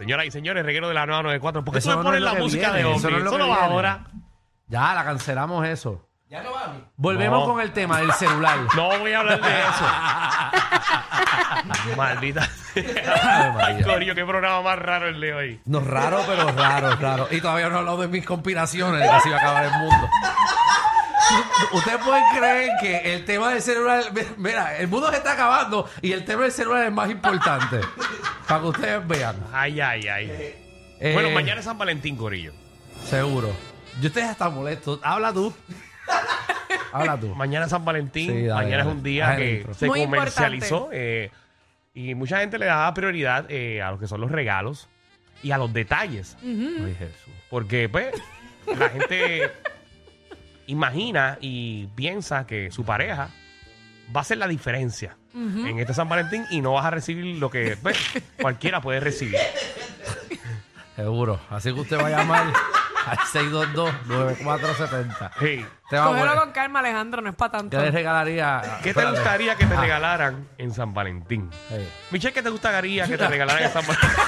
Señoras y señores, reguero de la 994. ¿Por qué Eso tú me no pones es lo la que música viene, de eso no hombre? es lo Eso que no va viene. ahora. Ya, la cancelamos eso. Ya no va. Volvemos No. con el tema del celular. No voy a hablar de eso. Maldita. Ave Ay, María. Corillo, qué programa más raro el de hoy. No, raro, pero raro, raro. Y todavía no he hablado de mis conspiraciones de que se iba a acabar el mundo. Ustedes pueden creer que el tema del celular. Mira, el mundo se está acabando y el tema del celular es más importante. Para que ustedes vean. Ay, ay, ay. Eh, Bueno, mañana es San Valentín, Corillo. Seguro. Yo estoy hasta molesto. Habla tú. Habla tú. Mañana es San Valentín. Sí, dale, mañana dale. es un día que Adentro. se Muy comercializó. eh, y mucha gente le daba prioridad eh, a lo que son los regalos y a los detalles. Ay, Jesús. Porque, pues, la gente imagina y piensa que su pareja va a ser la diferencia en este San Valentín y no vas a recibir lo que pues, cualquiera puede recibir. Seguro. Así que usted va a llamar al 622-9470. Hey, Te va a Cógelo poner. con calma, Alejandro, no es para tanto. ¿Qué le regalaría? ¿Qué te Espérate. Ah. gustaría que te regalaran en San Valentín? Hey. Michelle, ¿qué te gustaría que te regalaran en San Valentín?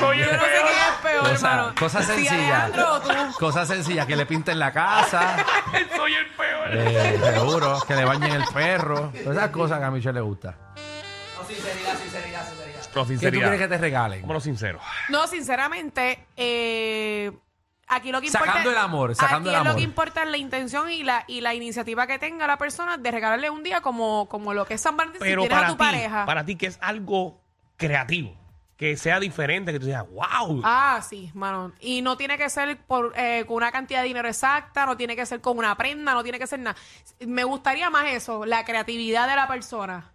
Soy el Yo no sé peor. quién es peor, Cosa- hermano. cosa Si sencilla. Alejandro o tú. Cosas sencillas, que le pinten la casa, Soy el peor. eh, seguro, que le bañen el perro. Todas esas cosas que a Michelle le gusta. Pero ¿Qué tú sinceridad. quieres que te regalen? Vámonos sinceros. No, sinceramente, eh, aquí lo que importa. Sacando el amor, sacando el aquí es amor. lo que importa es la intención y la, y la iniciativa que tenga la persona de regalarle un día como, como lo que es San Valentín si Pero tienes para a ti, tu pareja. para ti que es algo creativo, que sea diferente, que tú digas, wow. Ah, sí, mano. Y no tiene que ser por, eh, con una cantidad de dinero exacta, no tiene que ser con una prenda, no tiene que ser nada. Me gustaría más eso, la creatividad de la persona.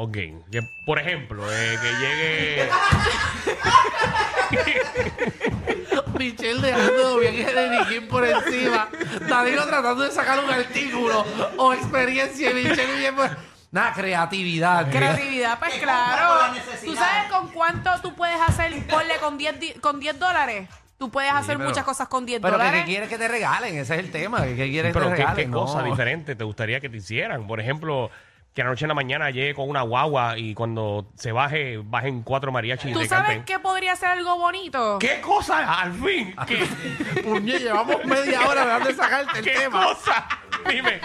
Ok. Que, por ejemplo, eh, que llegue. Michelle dejando bien Jereniquín por encima. Danilo tratando de sacar un artículo o experiencia y Michelle bien por... Nada, creatividad. Creatividad, pues claro. ¿Tú sabes con cuánto tú puedes hacer? Ponle con 10, di- con 10 dólares. Tú puedes hacer pero- muchas cosas con 10 Pero que, dólares. ¿qué quieres que te regalen? Ese es el tema. que ¿Qué quieres Pero que te ¿qué, regalen? qué No. cosa diferente te gustaría que te hicieran? Por ejemplo, que anoche en la mañana llegue con una guagua y cuando se baje, bajen cuatro mariachis y ¿Tú le sabes canten. qué podría ser algo bonito? ¿Qué cosa? Al fin. ¿Qué, Puñe, llevamos media hora hablando de sacarte el qué tema. cosa? Dime.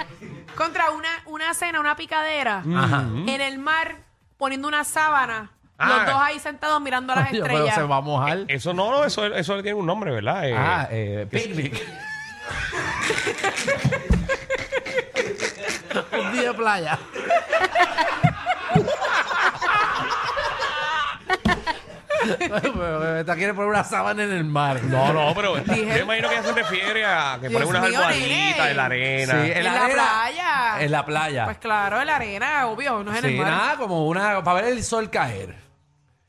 Contra una, una cena, una picadera Mm. Ajá. en el mar, poniendo una sábana. Ah. Los dos ahí sentados mirando a las Oye, pero estrellas. se va a mojar. Eso no, eso, eso le tiene un nombre, ¿verdad? Eh, Ah, eh, picnic. Un día de playa. Te quiere poner una sábana en el mar. No, no, pero yo imagino que ella se refiere a que ponen Dios unas mío, almohaditas nene. en la arena. Sí, en, en la, la arena, playa. En la playa. Pues claro, en la arena, obvio, no es en sí, el mar. nada, como una. para ver el sol caer.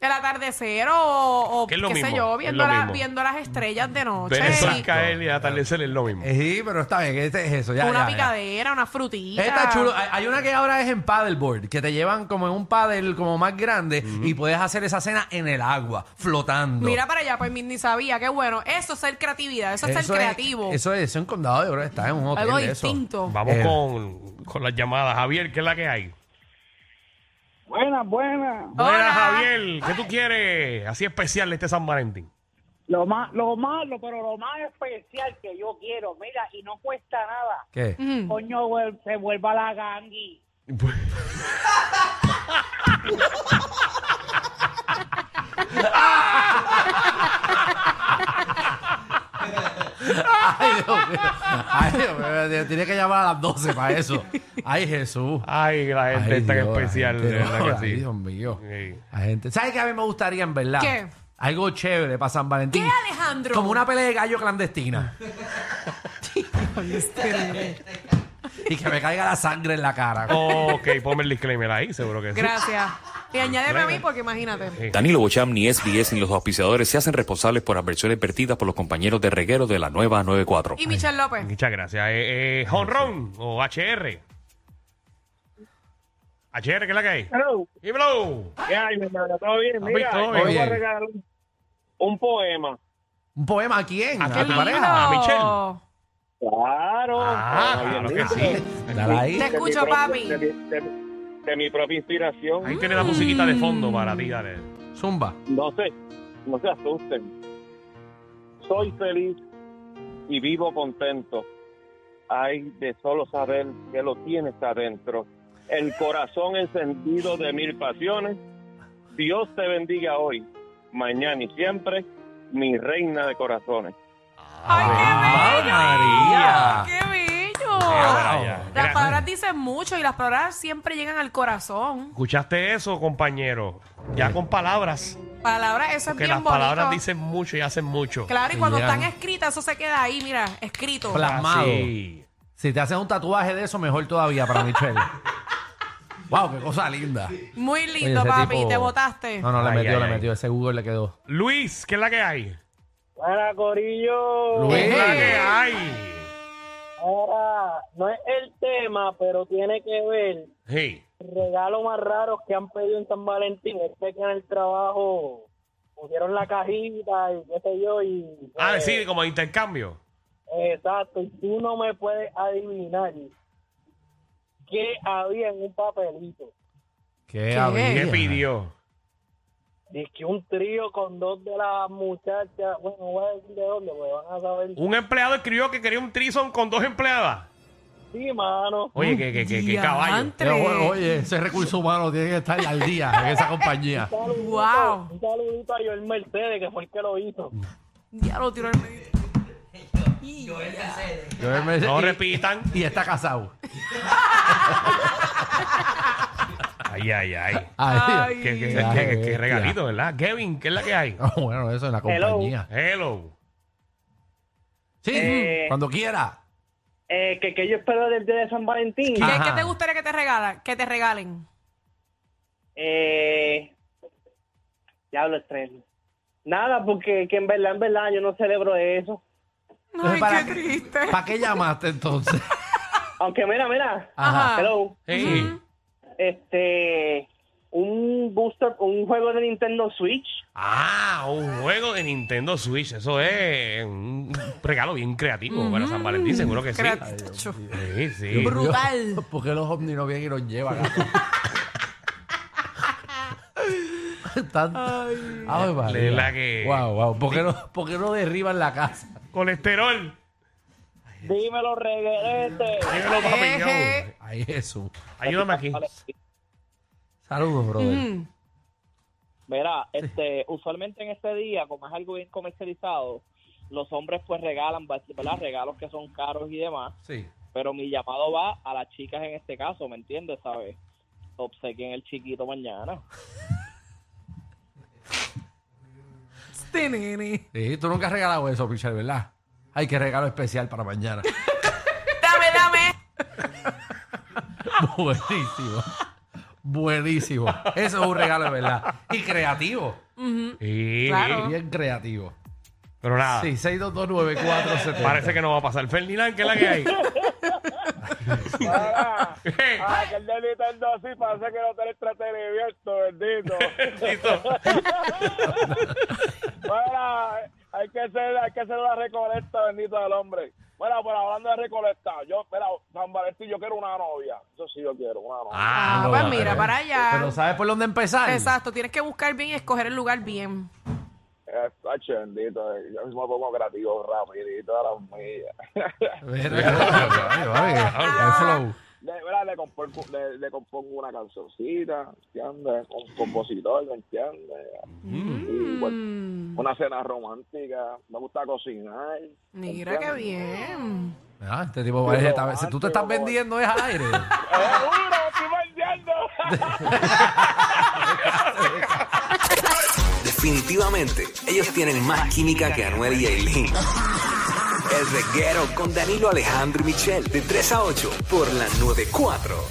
El atardecer o, o Que qué es lo sé mismo, yo, es viendo, lo las- mismo. viendo las estrellas de noche. Ver el sol y- caer y atardecer es lo mismo. Eh, Sí, pero está bien, este es eso. Ya, ya, una ya. picadera, una frutita. Está chulo. Hay, hay una que ahora es en paddleboard, que te llevan como en un paddle como más grande y puedes hacer esa cena en el agua, flotando. Mira para allá, pues mi- ni sabía, qué bueno. Eso es ser creatividad, eso es ser creativo. eso es, eso en condado de Oro está en un hotel. algo de eso. distinto. Vamos Eh. con, con las llamadas. Javier, ¿qué es la que hay? Buenas, buenas. Hola. Buenas, Javier. ¿Qué tú quieres así especial de este San Valentín? Lo más, lo malo, pero lo más especial que yo quiero, mira, y no cuesta nada. ¿Qué? Coño, vuel- se vuelva la gangui. Ay, Dios mío. Ay, Dios mío. Tiene que llamar a las 12 para eso. Ay, Jesús. Ay, la gente Ay, es tan Dios, la especial, gente, de verdad ay, que sí. Dios mío. Sí. La gente. ¿Sabes qué a mí me gustaría, en verdad? ¿Qué? Algo chévere para San Valentín. ¿Qué, Alejandro? Como una pelea de gallo clandestina. y que me caiga la sangre en la cara. Ok, ponme el disclaimer ahí, seguro que sí. Gracias. Y añádeme a mí porque imagínate. Eh, Danilo Bocham, ni SBS, ni los auspiciadores se hacen responsables por las versiones vertidas por los compañeros de reguero de la nueva 94. Y Michelle López. Muchas gracias. Eh, eh, Honron o HR. HR, ¿qué es la que hay? Hello. ¡Dímelo! ¿Qué hay, mi hermano? ¿Todo bien? Papi, Mira, todo yo voy a bien. regalar un, un poema. ¿Un poema a quién? ¿A ¿A, qué tu lindo? pareja? ¿A Michelle? Claro. Ah, Todo bien claro que lindo. sí. Dale ahí. Te De mi escucho, propio- papi. De, mi- de mi- de mi propia inspiración. Ahí tiene la musiquita de fondo para ti, dale. Zumba. No sé, no se asusten. Soy feliz y vivo contento. Ay, de solo saber que lo tienes adentro. El corazón encendido de mil pasiones. Dios te bendiga hoy, mañana y siempre, mi reina de corazones. ¡Ah, ¡Qué bello! Mira, mira, ya. Las Mira, palabras dicen mucho y las palabras siempre llegan al corazón. ¿Escuchaste eso, compañero? Ya con palabras. Palabras, eso es Que bien las bonito. palabras dicen mucho y hacen mucho. Claro, y cuando Ya. están escritas, eso se queda ahí, mira, escrito. Pla- Ah, Plasmado. Así. Si te haces un tatuaje de eso, mejor todavía para Michelle. wow, qué cosa linda. Muy Oye, lindo, ese papi, tipo- Ah, te votaste. No, no, le Ay, metió, ay, le ay. metió. Ese Google le quedó. Luis, ¿qué es la que hay? Para Corillo, ¿Qué es la Luis. que hay? ahora no es el tema, pero tiene que ver Sí. regalo más raros que han pedido en San Valentín. Este que en el trabajo pusieron la cajita y qué sé yo. Y, Ah, eh, sí, como intercambio. Exacto. Y tú no me puedes adivinar qué había en un papelito. ¿Qué, ¿Qué? había? ¿Qué pidió? Dice que un trío con dos de las muchachas. Bueno, no voy a decir de dónde, porque van a saber. Un empleado escribió que quería un trison con dos empleadas. Sí, mano. Oye, que, que, que, que caballo. Pero, Diantre. o- Oye, ese recurso humano tiene que estar al día en esa compañía. Un saludito- Wow. Un saludito a Joel Mercedes, que fue el que lo hizo. Ya lo tiró al medio. Yo me- No y- repitan. Y está casado. Ay, ay, ay. Ay, Ay. Qué, qué- qué- Ay, qué- qué bestia. regalito, ¿verdad? Kevin, ¿qué es la que hay? Dios. Oh, bueno, eso en la Hello. compañía. Hello. Sí, Eh. cuando quiera. Eh, que, que yo espero del día de San Valentín. ¿Qué, Ajá. qué te gustaría que te regalan? Que te regalen. Eh, diablo estreno. Nada, porque que en verdad, en verdad, yo no celebro eso. Ay, Entonces, ¿para qué triste. ¿Para qué llamaste entonces? Aunque mira, mira. Ajá. Hello. Hey. Este, un booster, un juego de Nintendo Switch. Ah, un juego de Nintendo Switch. Eso es un regalo bien creativo para San Valentín, seguro que sí. Creaticho. Sí, sí. Brutal. Porque los ovnis no vienen y nos llevan. Tanto. Ay, María. la que- Wow, wow. ¿Por qué, no, por qué no derriban la casa? Colesterol. Dímelo, reguerete. Dímelo, papillón. Eje. Ay, Jesús. Ayúdame aquí. Saludos, brother. Mm. Mira, este, usualmente en este día, como es algo bien comercializado, los hombres pues regalan, ¿verdad? Regalos que son caros y demás. Sí. Pero mi llamado va a las chicas en este caso, ¿me entiendes? ¿Sabes? Obsequien el chiquito mañana. Este nene. Sí, tú nunca has regalado eso, Michelle, ¿verdad? Ay, qué regalo especial para mañana. Dame, dame. Buenísimo. Buenísimo. Eso es un regalo de verdad. Y creativo. Sí. Claro. Bien creativo. Pero nada. Sí, 6229470. Parece que no va a pasar. Ferdinand, ¿qué es la que hay? Eh, que el de Nintendo así parece que no tenés entretenimiento, listo. bendito. Bueno, hay que hacer, hay que hacer una recolecta, bendito del hombre. Bueno, pero hablando de recolecta, yo, mira, San Valentín, yo quiero una novia. Eso sí, yo quiero una novia. Ah, Ah, no, pues no, mira, no. para allá. Pero ¿sabes por dónde empezar? Exacto, tienes que buscar bien y escoger el lugar bien. eh, Sacho, bendito, eh, yo mismo pongo creativo rapidito a las millas. flow. De verdad, le compongo, le, le compongo una cancioncita, ¿entiendes? Un compositor, ¿me entiendes? Y, Pues, bueno, una cena romántica, me gusta cocinar. ¡Eh, Mira qué bien. Ah, este tipo parece que está- si tú te estás vendiendo es al aire. ¡Seguro, estoy perdiendo! Definitivamente, ellos tienen más química que Anuel y Aileen. El reguero con Danilo Alejandro y Michel, de 3 a 8, por la 94.